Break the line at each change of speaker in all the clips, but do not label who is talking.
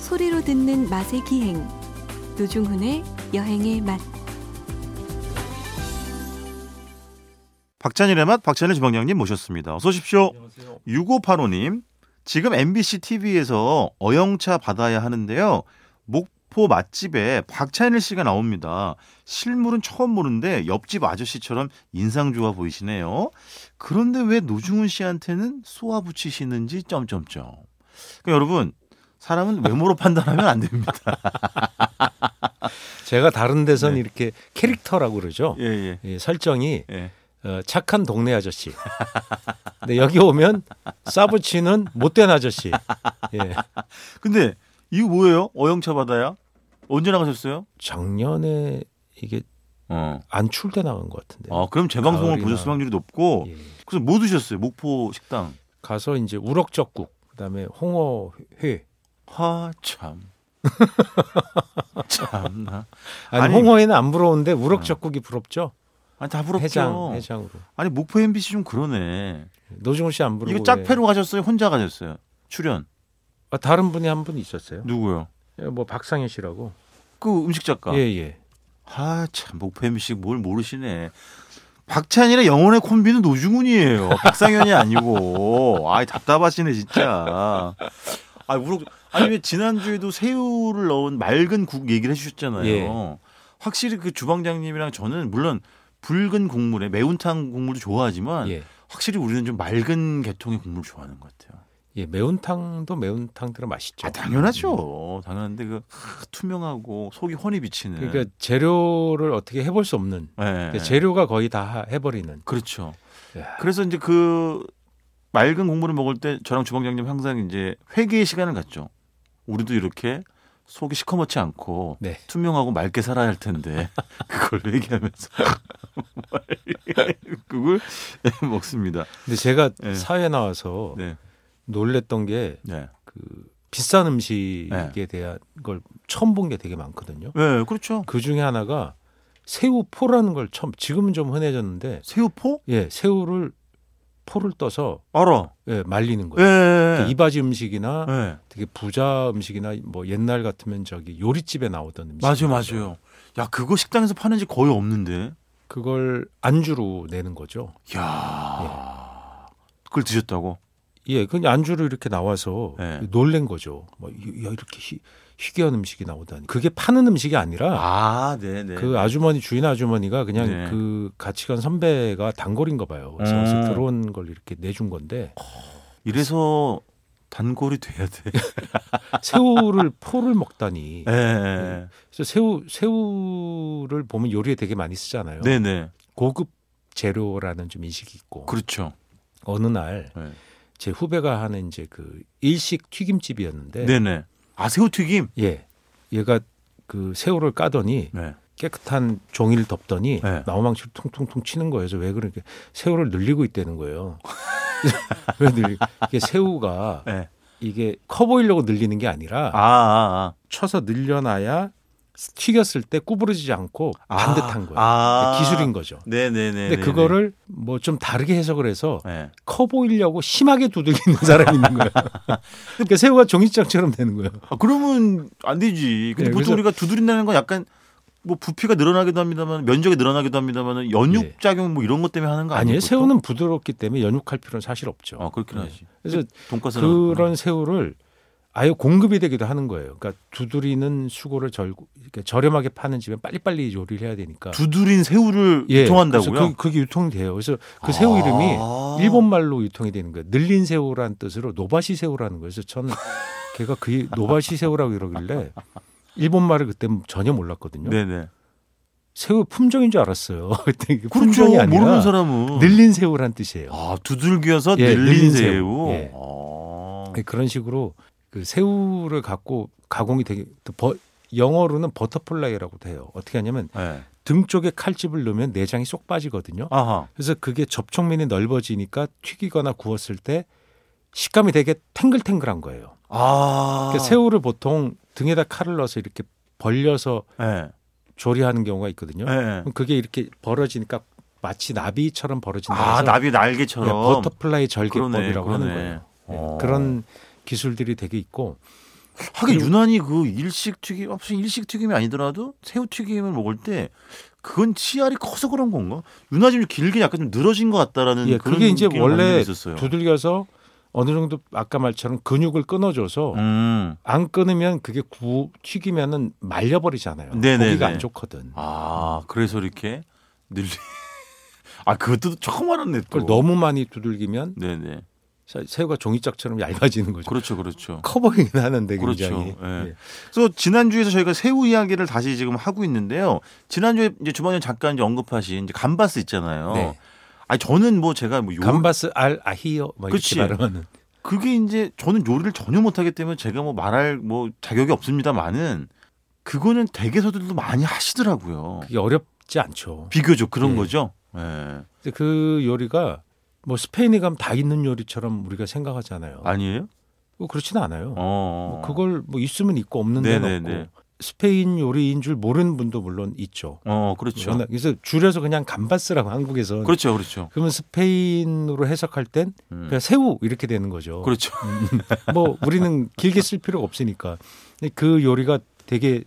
소리로 듣는 맛의 기행 노중훈의 여행의 맛
박찬일의 맛 박찬일 주방장님 모셨습니다. 어서 오십시오.
안녕하세요.
6585님. 지금 MBC TV에서 어영차 받아야 하는데요. 목포 맛집에 박찬일 씨가 나옵니다. 실물은 처음 보는데 옆집 아저씨처럼 인상 좋아 보이시네요. 그런데 왜 노중훈 씨한테는 쏘아 붙이시는지 점점점. 그러니까 여러분 사람은 외모로 판단하면 안 됩니다.
제가 다른 데선
네.
이렇게 캐릭터라고 그러죠.
예 예.
예, 설정이
예.
어, 착한 동네 아저씨. 근데 여기 오면 싸부치는 못된 아저씨. 예.
근데 이거 뭐예요? 어영차 받아야? 언제 나가셨어요?
작년에 이게
어.
안출 때 나간 것 같은데.
아, 그럼 재방송을
가을이나.
보셨을 확률이 높고
예.
그래서 뭐 드셨어요? 목포 식당.
가서 이제 우럭젓국, 그다음에 홍어회.
하 참. 참나.
아니,
아니.
홍어회는 안 부러운데 우럭젓국이 부럽죠.
아니 다 부럽죠.
해장, 해장으로.
아니 목포 MBC 좀 그러네.
노중훈 씨 안 부르고
이거
왜-
짝패로 가셨어요? 혼자 가셨어요? 출연
아, 다른 분이 한 분 있었어요.
누구요?
예, 뭐 박상현 씨라고.
그 음식 작가.
예, 예.
아참 목포 MBC 뭘 모르시네. 박찬일의 영혼의 콤비는 노중훈이에요. 박상현이 아니고. 아이 답답하시네 진짜. 아 우럭 아니 왜 지난주에도 새우를 넣은 맑은 국 얘기를 해주셨잖아요.
예.
확실히 그 주방장님이랑 저는 물론 붉은 국물에 매운탕 국물도 좋아하지만
예.
확실히 우리는 좀 맑은 계통의 국물을 좋아하는 것 같아요.
예, 매운탕도 매운탕대로 맛있죠. 음.
아 당연하죠. 당연한데 그 하, 투명하고 속이 훤히 비치는.
그러니까 재료를 어떻게 해볼 수 없는
예,
그러니까 재료가 거의 다 해버리는.
그렇죠.
야.
그래서 이제 그 맑은 국물을 먹을 때 저랑 주방장님 항상 이제 회개의 시간을 갖죠. 우리도 이렇게 속이 시커멓지 않고
네.
투명하고 맑게 살아야 할 텐데 그걸 얘기하면서 그걸 네, 먹습니다.
근데 제가
네.
사회 나와서
네,
놀랬던 게 그
네,
비싼 음식에
네.
대한 걸 처음 본 게 되게 많거든요.
네, 그렇죠.
그 중에 하나가 새우포라는 걸 처음 지금은 좀 흔해졌는데
새우포
예, 새우를 포를 떠서
알아.
예, 말리는
예,
거예요.
예,
그러니까 이바지 음식이나
예. 예.
되게 부자 음식이나 뭐 옛날 같으면 저기 요리집에 나오던 음식
맞아요, 맞아요. 야, 그거 식당에서 파는지 거의 없는데.
그걸 안주로 내는 거죠.
야, 그걸 드셨다고?
예, 그 안주로 이렇게 나와서
네.
놀란 거죠. 뭐 이- 야, 이렇게 희, 희귀한 음식이 나오다니. 그게 파는 음식이 아니라
아, 네, 네.
그 아주머니 주인 아주머니가 그냥
네.
그 같이 간 선배가 단골인가 봐요. 그래서
음.
거기서 들어온 걸 이렇게 내준 건데
이래서 단골이 돼야 돼.
새우를 포를 먹다니.
네,
그래서 새우 새우를 보면 요리에 되게 많이 쓰잖아요.
네, 네.
고급 재료라는 좀 인식이 있고
그렇죠.
어느 날 제
네,
후배가 하는 이제 그 일식 튀김집이었는데
네. 네. 아, 새우 튀김.
예. 얘가 그 새우를 까더니
네.
깨끗한 종이를 덮더니
네.
나무망치로 통통통 치는 거예요. 그래서 왜 그렇게 새우를 늘리고 있다는 거예요. 왜 늘리? 이게 새우가
네.
이게 커 보이려고 늘리는 게
아,
아니라
아,
쳐서 늘려놔야 튀겼을 때 구부러지지 않고
아.
반듯한 거예요. 그러니까
아.
기술인 거죠.
네, 네, 네.
근데
네,
그거를 뭐 좀 다르게 해석을 해서
네. 네.
커 보이려고 심하게 두들기는 사람이 있는 거예요. 그러니까 새우가 종이장처럼 되는 거예요.
아, 그러면 안 되지. 근데
네,
보통
그래서-
우리가 두드린다는 건 약간 뭐 부피가 늘어나기도 합니다만 면적이 늘어나기도 합니다만
예.
연육 작용 뭐 이런 것 때문에 하는 거 아니에요?
아니에요.
보통?
새우는 부드럽기 때문에 연육할 필요는 사실 없죠.
아, 그렇긴
네.
하지.
그래서
돈가스는
그런 새우를 아예 공급이 되기도 하는 거예요. 그러니까 두드리는 수고를 절, 이렇게 저렴하게 파는 집에 빨리빨리 요리를 해야 되니까.
두드린 새우를
아. 예, 그래서
유통한다고요?
그, 그게 유통이 돼요. 그래서 그 새우 이름이
아.
일본말로 유통이 되는 거예요. 늘린 새우라는 뜻으로 노바시 새우라는 거예요. 그래서 저는 걔가 그 노바시 새우라고 이러길래 일본말을 그때 전혀 몰랐거든요.
네네.
새우 품종인 줄 알았어요. 그때 이게
그렇죠.
품종이 아니라
모르는 사람은
늘린 새우란 뜻이에요.
아 두들겨서
예,
늘린
늘린
새우.
새우. 예.
아.
네, 그런 식으로 그 새우를 갖고 가공이 되게 또 버- 영어로는 버터플라이라고도 해요. 어떻게 하냐면
예.
등 쪽에 칼집을 넣으면 내장이 쏙 빠지거든요.
아하.
그래서 그게 접촉면이 넓어지니까 튀기거나 구웠을 때 식감이 되게 탱글탱글한 거예요.
아.
그러니까 새우를 보통 등에다 칼을 넣어서 이렇게 벌려서
예.
조리하는 경우가 있거든요.
예.
그럼 그게 이렇게 벌어지니까 마치 나비처럼 벌어진다.
아
해서
나비
예,
날개처럼. 그러네,
버터플라이 절개법이라고 하는
그러네.
거예요. 예,
어.
그런 기술들이 되게 있고
하긴 유난히 그 일식 튀김, 아, 무슨 일식 튀김이 아니더라도 새우 튀김을 먹을 때 그건 치알이 커서 그런 건가? 유난히 좀 길게 약간 좀 늘어진 것 같다라는
예,
음, 그런
그게 이제
느낌을 받는
원래
게 있었어요.
두들겨서 어느 정도 아까 말처럼 근육을 끊어줘서
음.
안 끊으면 그게 구 튀기면은 말려버리잖아요.
네네네.
고기가 안 좋거든.
아 그래서 이렇게 늘리. 아 그것도 처음 알았네 또.
그걸 너무 많이 두들기면
네네.
사- 새우가 종이짝처럼 얇아지는 거죠.
그렇죠, 그렇죠.
커버이긴 하는데
그렇죠.
굉장히. 네.
예. 그래서 지난주에서 저희가 새우 이야기를 다시 지금 하고 있는데요. 지난주에 이제 주방장 잠깐 이제 언급하신 이제 감바스 어. 있잖아요.
네.
아니 저는 뭐 제가 뭐 요...
감바스 알 아히요 뭐
그치.
이렇게 말하면은
그게 이제 저는 요리를 전혀 못하기 때문에 제가 뭐 말할 뭐 자격이 없습니다만은 그거는 댁에서들도 많이 하시더라고요.
그게 어렵지 않죠.
비교적 그런
예.
거죠. 예.
근데 그 요리가 뭐 스페인에 가면 다 있는 요리처럼 우리가 생각하잖아요.
아니에요?
뭐 그렇진 않아요.
어.
뭐 그걸 뭐 있으면 있고 없는 데는
네네네.
없고 스페인 요리인 줄 모르는 분도 물론 있죠.
어, 그렇죠.
저는 그래서 줄여서 그냥 감바스라고 한국에서 그
그렇죠, 그렇죠.
러면 스페인으로 해석할 땐
음.
그냥 새우 이렇게 되는 거죠.
그렇죠.
뭐 우리는 길게 쓸 필요가 없으니까. 근데 그 요리가 되게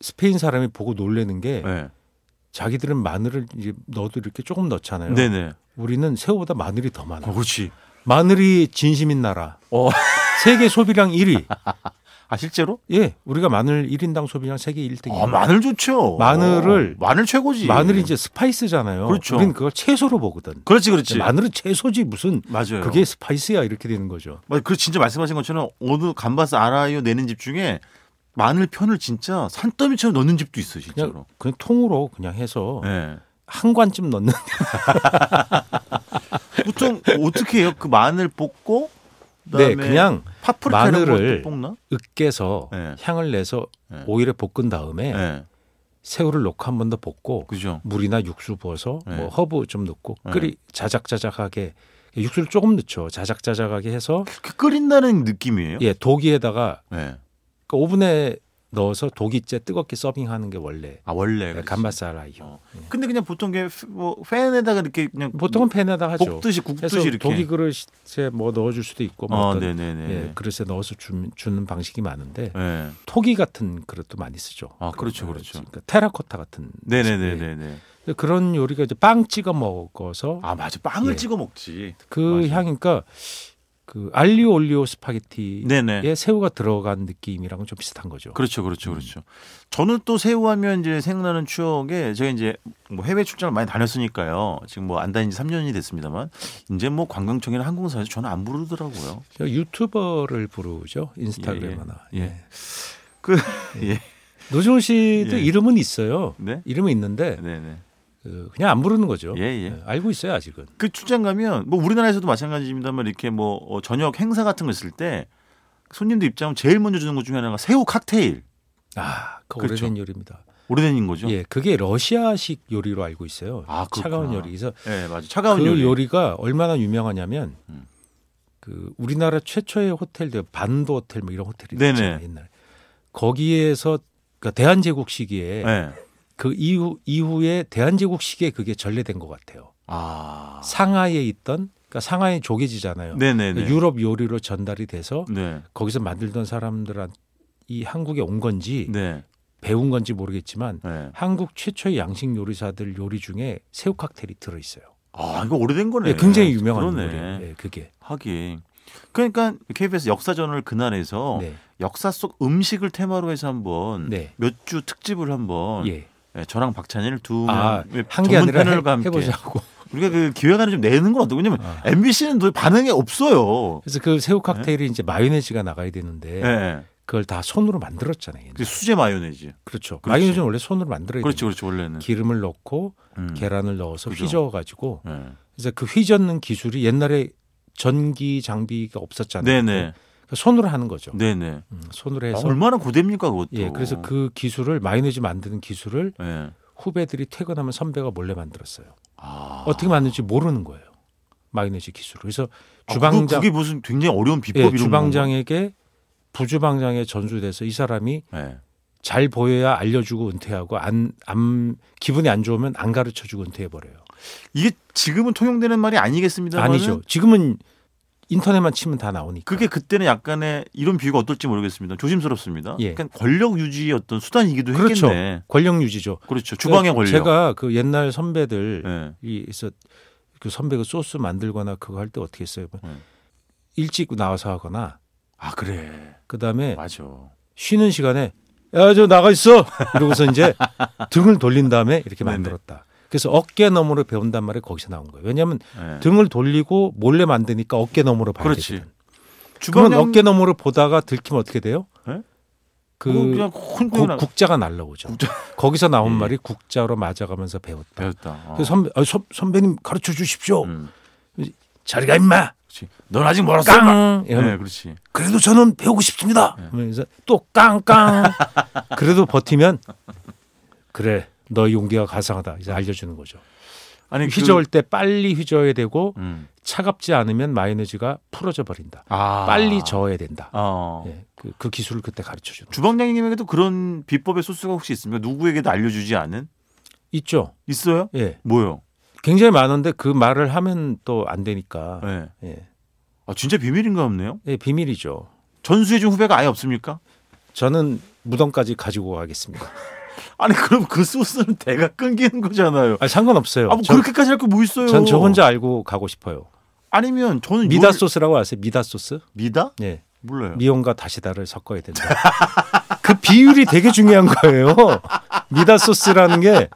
스페인 사람이 보고 놀래는 게
네.
자기들은 마늘을 이제 넣어도 이렇게 조금 넣잖아요.
네네.
우리는 새우보다 마늘이 더 많아.
어, 그렇지.
마늘이 진심인 나라.
어.
세계 소비량 1위.
아 실제로?
예, 우리가 마늘 1인당 소비량 세계 1등이에요.
아 마늘 좋죠.
마늘을-
어, 마늘 최고지.
마늘이 이제 스파이스잖아요.
그렇죠.
우리는 그걸 채소로 보거든.
그렇지, 그렇지.
마늘은 채소지 무슨
맞아요.
그게 스파이스야 이렇게 되는 거죠.
맞아, 그 진짜 말씀하신 것처럼 어느 감바스 알아요 내는 집 중에 마늘 편을 진짜 산더미처럼 넣는 집도 있어 요
그냥
진짜로.
그냥 통으로 그냥 해서
예.
한 관쯤 넣는
예. 보통 어떻게 해요? 그 마늘 볶고 그다음에
네, 그냥
파프리카를
마늘을-
볶나?
으깨서
네.
향을 내서
네.
오일에 볶은 다음에
예.
새우를 넣고 한 번 더 볶고
그죠.
물이나 육수 부어서
네.
뭐 허브 좀 넣고
네.
끓이 자작자작하게 육수를 조금 넣죠. 자작자작하게 해서
그 끓인다는 느낌이에요.
예 도기에다가
예.
그 오븐에 넣어서 도기째 뜨겁게 서빙하는 게 원래
아 원래 그렇지.
감바살아요.
어. 근데 그냥 보통 게뭐 팬에다가 이렇게 그냥 뭐
보통은 팬에다 하죠.
볶듯이
해서
굽듯이 이렇게.
도기 그릇에 뭐 넣어줄 수도 있고 뭐
어,
어떤
네, 네, 네.
예, 그릇에 넣어서 주, 주는 방식이 많은데
예.
토기 같은 그릇도 많이 쓰죠.
아, 그렇죠, 그렇죠.
그러니까 테라코타 같은.
네, 네,
예.
네, 네.
근데 그런 요리가 이제 빵 찍어 먹어서
아 맞아 빵을
예.
찍어 먹지.
그
맞아요.
향이니까 그 알리오 올리오 스파게티에
네네.
새우가 들어간 느낌이랑은 좀 비슷한 거죠.
그렇죠, 그렇죠, 그렇죠. 저는 또 새우하면 이제 생각나는 추억에 제가 이제 뭐 해외 출장을 많이 다녔으니까요. 지금 뭐 안 다닌 지 3년이 됐습니다만 이제 뭐 관광청이나 항공사에서 저는 안 부르더라고요.
저 유튜버를 부르죠 인스타그램하나.
예, 예. 그 예,
노종 씨도
예.
이름은 있어요.
네,
이름은 있는데
네, 네.
그, 그냥 안 부르는 거죠.
예, 예.
알고 있어요 아직은.
그 출장 가면 뭐 우리나라에서도 마찬가지입니다만 이렇게 뭐 어, 저녁 행사 같은 거 있을 때 손님들 입장은 제일 먼저 주는 것 중에 하나가 새우 칵테일
아, 그
그렇죠.
오래된 요리입니다.
오래된 거죠. 예,
예, 그게 러시아식 요리로 알고 있어요.
아, 그렇구나.
차가운 요리. 그래서
예, 맞아.
그
차가운 요리.
요리가 얼마나 유명하냐면
음.
그 우리나라 최초의 호텔들 반도 호텔 뭐 이런 호텔이
네네.
있잖아요 옛날. 거기에서 그러니까 대한제국 시기에
예.
그 이후 이후에 대한제국 시기에 그게 전래된 것 같아요.
아,
상하이에 있던 그러니까 상하이 조개지잖아요.
네, 네,
그러니까
네.
유럽 요리로 전달이 돼서
네,
거기서 만들던 사람들한 이 한국에 온 건지
네,
배운 건지 모르겠지만
네.
한국 최초의 양식 요리사들 요리 중에 새우 칵테일이 들어 있어요. 예,
아, 이거 오래된 거네.
굉장히 유명한
그러네.
요리예요. 예, 그게.
하긴. 그러니까 KBS 역사전을 그날에서
네.
역사 속 음식을 테마로 해서 한번
네.
몇 주 특집을 한번
예.
예, 저랑 박찬일 두
아,
명의
한 게
전문
아니라 해,
패널과 함께
해보자고.
우리가 그 기획안을 좀 내는 건 어떻게 왜냐면
아.
MBC는 도대체 반응이 없어요.
그래서 그 새우 칵테일이 이제 마요네즈가 나가야 되는데
예. 네.
그걸 다 손으로 만들었잖아요. 옛날에.
그 수제 마요네즈.
그렇죠.
그렇지.
마요네즈는 원래 손으로 만들어야
그렇죠,
돼요.
그렇죠. 원래는.
기름을 넣고
음.
계란을 넣어서
그죠.
휘저어 가지고
예.
그래서 그 휘젓는 기술이 옛날에 전기 장비가 없었잖아요.
네네.
그러니까 손으로 하는 거죠.
네네.
음, 손으로
아,
해서
얼마나 고됩니까 그것도.
예, 그래서 그 기술을 마요네즈 만드는 기술을
예.
후배들이 퇴근하면 선배가 몰래 만들었어요.
아.
어떻게 만드는지 모르는 거예요. 마요네즈 기술. 그래서
아,
주방장
그게 무슨 굉장히 어려운
예,
비법이
주방장에게 부주방장에 전수돼서 이 사람이
예.
잘 보여야 알려주고 은퇴하고 안, 안 기분이 안 좋으면 안 가르쳐주고 은퇴해 버려요.
이게 지금은 통용되는 말이 아니겠습니다만
아니죠. 지금은 인터넷만 치면 다 나오니까.
네, 그게 그때는 약간의 이런 비유가 어떨지 모르겠습니다. 조심스럽습니다.
예.
그러니까 권력 유지의 어떤 수단이기도
그렇죠.
했겠네.
권력 유지죠.
그렇죠. 주방의
그
권력.
제가 그 옛날 선배들
예.
이서 그 선배가 소스 만들거나 그거 할 때 어떻게 했어요?
음.
일찍 나와서 하거나
아 그래.
그다음에
맞아.
쉬는 시간에 야 저 나가 있어 이러고서 이제 등을 돌린 다음에 이렇게
네네.
만들었다. 그래서 어깨 너머로 배운단 말이 거기서 나온 거예요. 왜냐하면
예.
등을 돌리고 몰래 만드니까 어깨 너머로 봐야
그렇지.
되거든. 그러면
주방의
어깨 너머로 보다가 들키면 어떻게 돼요?
예?
그
그냥
국,
콩콩
국자가 날라오죠. 거기서 나온
예.
말이 국자로 맞아가면서 배웠다.
배웠다. 어.
그래서 선배, 아, 선, 선배님 가르쳐 주십시오.
음.
자리가 임마.
그렇지. 넌 아직 멀었어. 임마!
깡. 이러면
네, 그렇지.
그래도 저는 배우고 싶습니다. 그래서 또 깡깡. 네. 그래도 버티면 그래 너 용기가 가상하다 이제 알려주는 거죠.
아니 그-
휘저을 때 빨리 휘저어야 되고
음.
차갑지 않으면 마이너지가 풀어져 버린다.
아.
빨리 저어야 된다.
어.
예, 그, 그 기술을 그때 가르쳐 주는.
주방장님에게도 그런 비법의 소스가 혹시 있습니까? 누구에게도 알려주지 않은?
있죠.
있어요?
예,
뭐요?
굉장히 많은데 그 말을 하면 또 안 되니까
예.
예.
아 진짜 비밀인가 보네요.
예, 비밀이죠.
전수해준 후배가 아예 없습니까?
저는 무덤까지 가지고 가겠습니다.
아니 그럼 그 소스는 대가 끊기는 거잖아요.
아, 상관없어요.
아 뭐
전-
그렇게까지 할 거 뭐 있어요?
전저 혼자 알고 가고 싶어요.
아니면 저는
미다
요리-
소스라고 아세요? 미다 소스?
미다
예.
몰라요.
미온과 다시다를 섞어야 된다. 그 비율이 되게 중요한 거예요. 미다 소스라는 게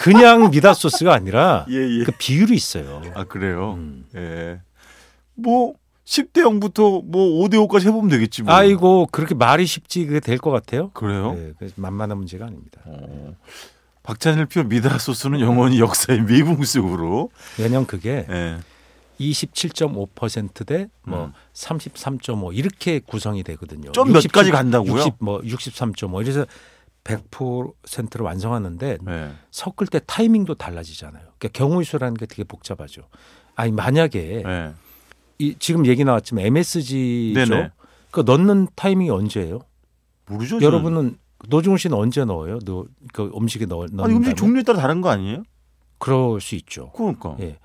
그냥 미다 소스가 아니라
예 예.
그 비율이 있어요.
아 그래요.
음.
예. 뭐 10대 0부터 뭐 5대 5까지 해보면 되겠지 뭐.
아이고 그렇게 말이 쉽지 그게 될 것 같아요.
그래요?
네, 그래서 만만한 문제가 아닙니다.
어. 박찬일 표 미다 소스는 영원히 역사의 미궁속으로.
왜냐면 그게
예.
27.5%대뭐
음.
33.5 이렇게 구성이 되거든요.
좀몇
60,
가지 간다고요?
60, 뭐 63.5 이래서 100%를 완성하는데
예.
섞을 때 타이밍도 달라지잖아요. 그러니까 경우의 수라는 게 되게 복잡하죠. 아니 만약에
예.
이, 지금 얘기 나왔지만 MSG죠.
네네.
그 넣는 타이밍이 언제예요?
모르죠. 저는.
여러분은 노중훈 씨는 언제 넣어요? 너, 그 음식에 넣, 넣는다.
아니 음식 종류에 따라 다른 거 아니에요?
그럴 수 있죠.
그러니까.
예.
예.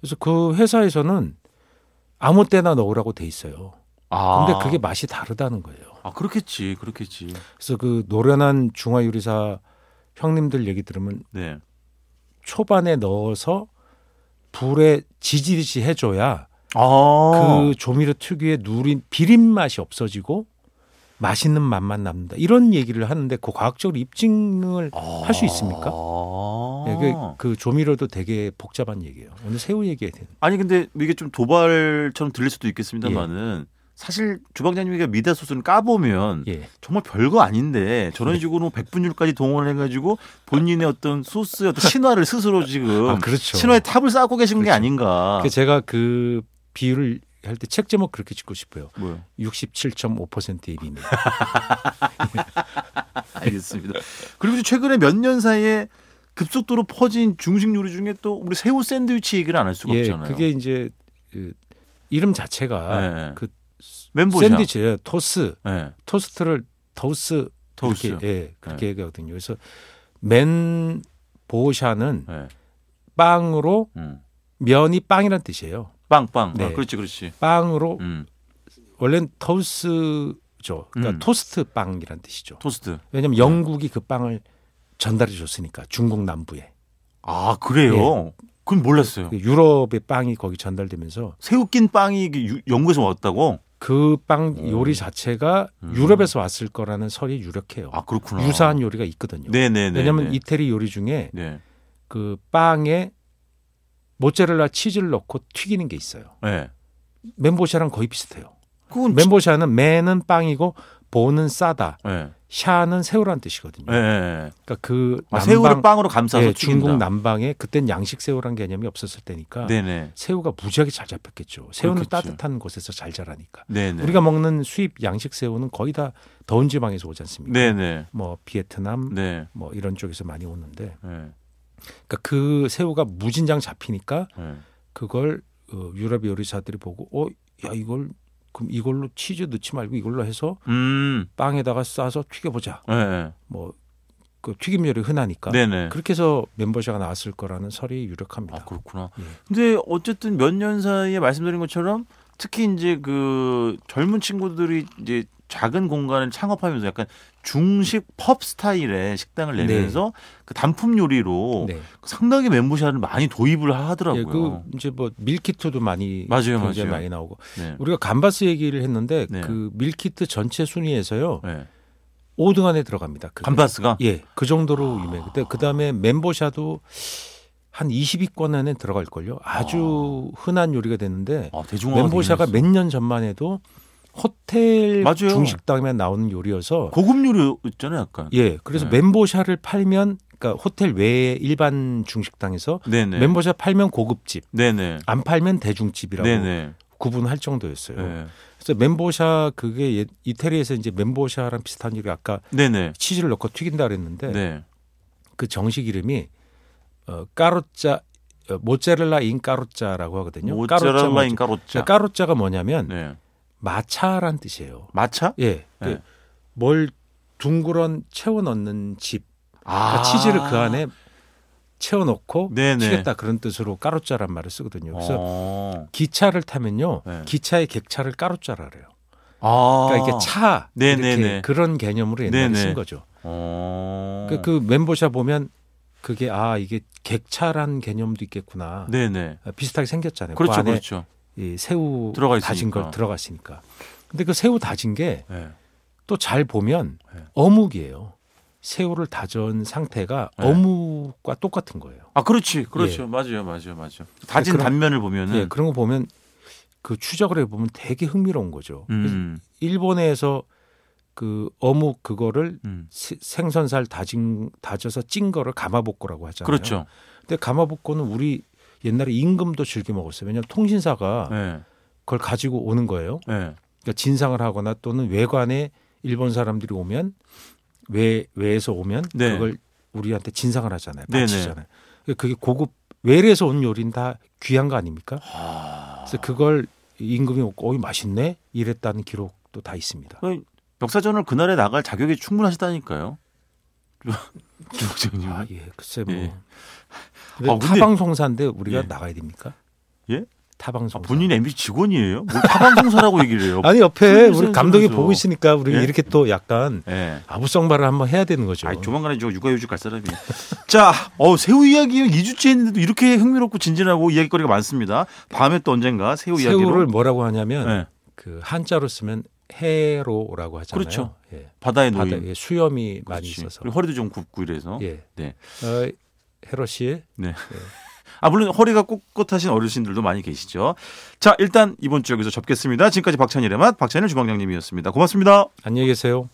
그래서 그 회사에서는 아무 때나 넣으라고 돼 있어요.
아.
근데 그게 맛이 다르다는 거예요.
아 그렇겠지, 그렇겠지.
그래서 그 노련한 중화요리사 형님들 얘기 들으면
네.
초반에 넣어서 불에 지지듯이 해줘야
아.
그 조미료 특유의 누린 비린 맛이 없어지고 맛있는 맛만 납니다. 이런 얘기를 하는데 그 과학적으로 입증을
어.
할수 있습니까?
아.
예, 그, 그 조미료도 되게 복잡한 얘기예요. 오늘 새우 얘기해야 되는.
아니 근데 이게 좀 도발처럼 들릴 수도 있겠습니다만은 사실 주방장님이가 미다 소스는 까보면
예. 네.
정말 별거 아닌데 저런 식으로 뭐 백분율까지 동원을 해가지고 본인의 어떤 소스의 어떤 신화를 스스로 지금
아 그렇죠.
신화의 탑을 쌓고 계신 게 음,
그렇죠.
아닌가.
그 제가 그 비율을 할 때 책 제목 그렇게 짓고 싶어요.
뭐요? 아,
67.5%의 비밀.
알겠습니다. 그리고 최근에 몇 년 사이에 급속도로 퍼진 중식 요리 중에 또 우리 새우 샌드위치 얘기를 안 할 수가
예,
없잖아요.
그게 이제 그 이름 자체가
예, 예.
그
멘보샤.
샌드위치예요. 토스,
예.
토스트를 더우스
더우스. 네.
이렇게, 예, 그렇게 얘기하거든요. 그래서 맨 보샤는
예.
빵으로
음.
면이 빵이란 뜻이에요.
빵빵. 아,
네.
그렇지, 그렇지.
빵으로
음.
원래는 토스죠. 그러니까
음.
토스트 빵이란 뜻이죠.
토스트.
왜냐하면 영국이 그 빵을 전달해 줬으니까 중국 남부에
아 그래요? 그건 몰랐어요.
그 유럽의 빵이 거기 전달되면서
예. 새우 낀 빵이 이게 유- 영국에서 왔다고?
그 빵
오.
요리 자체가
음.
유럽에서 왔을 거라는 설이 유력해요.
아 그렇구나.
유사한 요리가 있거든요.
네네네.
왜냐하면 이태리 요리 중에
네.
그 빵에 모짜렐라 치즈를 넣고 튀기는 게 있어요.
네.
멘보샤랑 거의 비슷해요.
그건 지-
멘보샤는 매는 빵이고 보는 싸다.
네.
샤는 새우란 뜻이거든요.
네. 네.
그러니까 그
아,
남방-
새우를 빵으로 감싸서
예,
튀긴다.
중국 남방에 그땐 양식 새우란 개념이 없었을 때니까
네네.
새우가 무지하게 잘 잡혔겠죠. 새우는
그렇겠죠.
따뜻한 곳에서 잘 자라니까.
네네.
우리가 먹는 수입 양식 새우는 거의 다 더운 지방에서 오지 않습니까?
네네.
뭐 비에트남
네.
뭐 이런 쪽에서 많이 오는데
네.
그러니까 그 새우가 무진장 잡히니까
네.
그걸 어, 유럽 요리사들이 보고 어야 이걸 그럼 이걸로 치즈 넣지 말고 이걸로 해서
음.
빵에다가 싸서 튀겨보자.
네.
뭐 그 튀김 요리 흔하니까
네네.
그렇게 해서 멤버샤가 나왔을 거라는 설이 유력합니다.
아 그렇구나.
예.
근데 어쨌든 몇 년 사이에 말씀드린 것처럼 특히 이제 그 젊은 친구들이 이제 작은 공간을 창업하면서 약간 중식 펍 스타일의 식당을 내면서 그 단품 요리로
네.
상당히 멘보샤를 많이 도입을 하더라고요.
예, 그 이제 뭐 밀키트도 많이
맞아요,
굉장히
맞아요.
많이 나오고
네.
우리가 감바스 얘기를 했는데
네.
그 밀키트 전체 순위에서요
네.
5등 안에 들어갑니다. 그게.
감바스가 아.
예, 그 정도로 유명해. 근데 그 다음에 멘보샤도 한 20위권 안에 들어갈 걸요. 아주 흔한 요리가 됐는데
아, 대중화가
예. 멘보샤가
되긴
몇 년 전만 해도 호텔
맞아요.
중식당에 나오는
했어요.
요리여서
고급 요리였잖아요, 약간.
예, 그래서
네.
멘보샤를 팔면 그러니까 호텔 외에 일반 중식당에서
네네.
멘보샤 팔면 고급집,
네네.
안 팔면 대중집이라고
네네.
구분할 정도였어요.
네.
그래서 멘보샤 그게 예- 이태리에서 이제 멘보샤랑 비슷한 요리 아까
네네.
치즈를 넣고 튀긴다 그랬는데
네.
그 정식 이름이 어, 까로짜 어, 모짜렐라 인 까로짜라고 하거든요. 까로짜
모짜렐라인
모짜-
까로짜.
그러니까 까로짜가 뭐냐면
네.
마차란 뜻이에요.
마차?
예.
네.
그뭘 둥그런 채워 넣는 집.
아,
그러니까 치즈를 그 안에 채워 넣고
네네.
튀겼다 그런 뜻으로 까로짜란 말을 쓰거든요. 그래서
어.
기차를 타면요.
네.
기차의 객차를 까로짜라 그래요.
아.
그러니까 이게 차
네네네.
이렇게 그런 개념으로 옛날에
네네.
쓴 거죠.
어.
그, 그 멤버샤 보면 그게 아 이게 객차란 개념도 있겠구나.
네네.
아, 비슷하게 생겼잖아요.
그렇죠,
그 안에
그렇죠.
이 새우
들어가
다진
있으니까.
걸 들어갔으니까. 근데 그 새우 다진
네.
게 또 잘 보면
네.
어묵이에요. 새우를 다진 상태가
네.
어묵과 똑같은 거예요. 네,
아, 그렇지, 그렇죠. 맞아요, 맞아요, 맞아요. 다진
그럼-
단면을 보면은.
예, 그런 거 보면 그 추적을 해보면 되게 흥미로운 거죠. 그래서
음.
일본에서 그 어묵 그거를
음.
시- 생선살 다진 다져서 찐 거를 가마복고라고 하잖아요.
그렇죠.
근데 가마복고는 우리 옛날에 임금도 즐겨 먹었어요. 왜냐하면 통신사가
네.
그걸 가지고 오는 거예요.
네.
그러니까 진상을 하거나 또는 외관에 일본 사람들이 오면 외 외에서 오면
네.
그걸 우리한테 진상을 하잖아요.
네네.
바치잖아요. 그러니까 그게 고급 외래에서 온 요리는 다 귀한 거 아닙니까?
아.
그래서 그걸 임금이 먹고 어이 맛있네 이랬다는 기록도 다 있습니다.
그 역사전을 그날에 나갈 자격이 충분하시다니까요. 주국장님.
아, 예, 글쎄 뭐.
음. 예.
근데
아, 근데-
타방송사인데 우리가
예.
나가야 됩니까?
예?
타방송사.
아, 본인 MBC 직원이에요? 뭘 타방송사라고 얘기를 해요?
아니 옆에
무슨
우리 감독이
소리죠?
보고 있으니까 우리
예?
가 이렇게 또 약간
예.
아부성발을 한번 해야 되는 거죠.
아니, 조만간에 저 육아휴직 갈 사람이. 자, 어, 새우 이야기 2주째 했는데도 이렇게 흥미롭고 진진하고 이야기거리가 많습니다. 다음에 또 언젠가 새우
새우를
그 이야기로
뭐라고 하냐면
예,
그 한자로 쓰면 해로라고 하잖아요.
그렇죠.
예.
바다에 놓인
바다에 수염이 많이
그렇지.
있어서.
그리고 허리도 좀 굽고 이래서.
예.
네.
어, 해로 씨.
아 물론 허리가 꼿꼿하신 어르신들도 많이 계시죠. 자, 일단 이번 주 여기서 접겠습니다. 지금까지 박찬일의 맛 박찬일 주방장님이었습니다. 고맙습니다.
안녕히 계세요.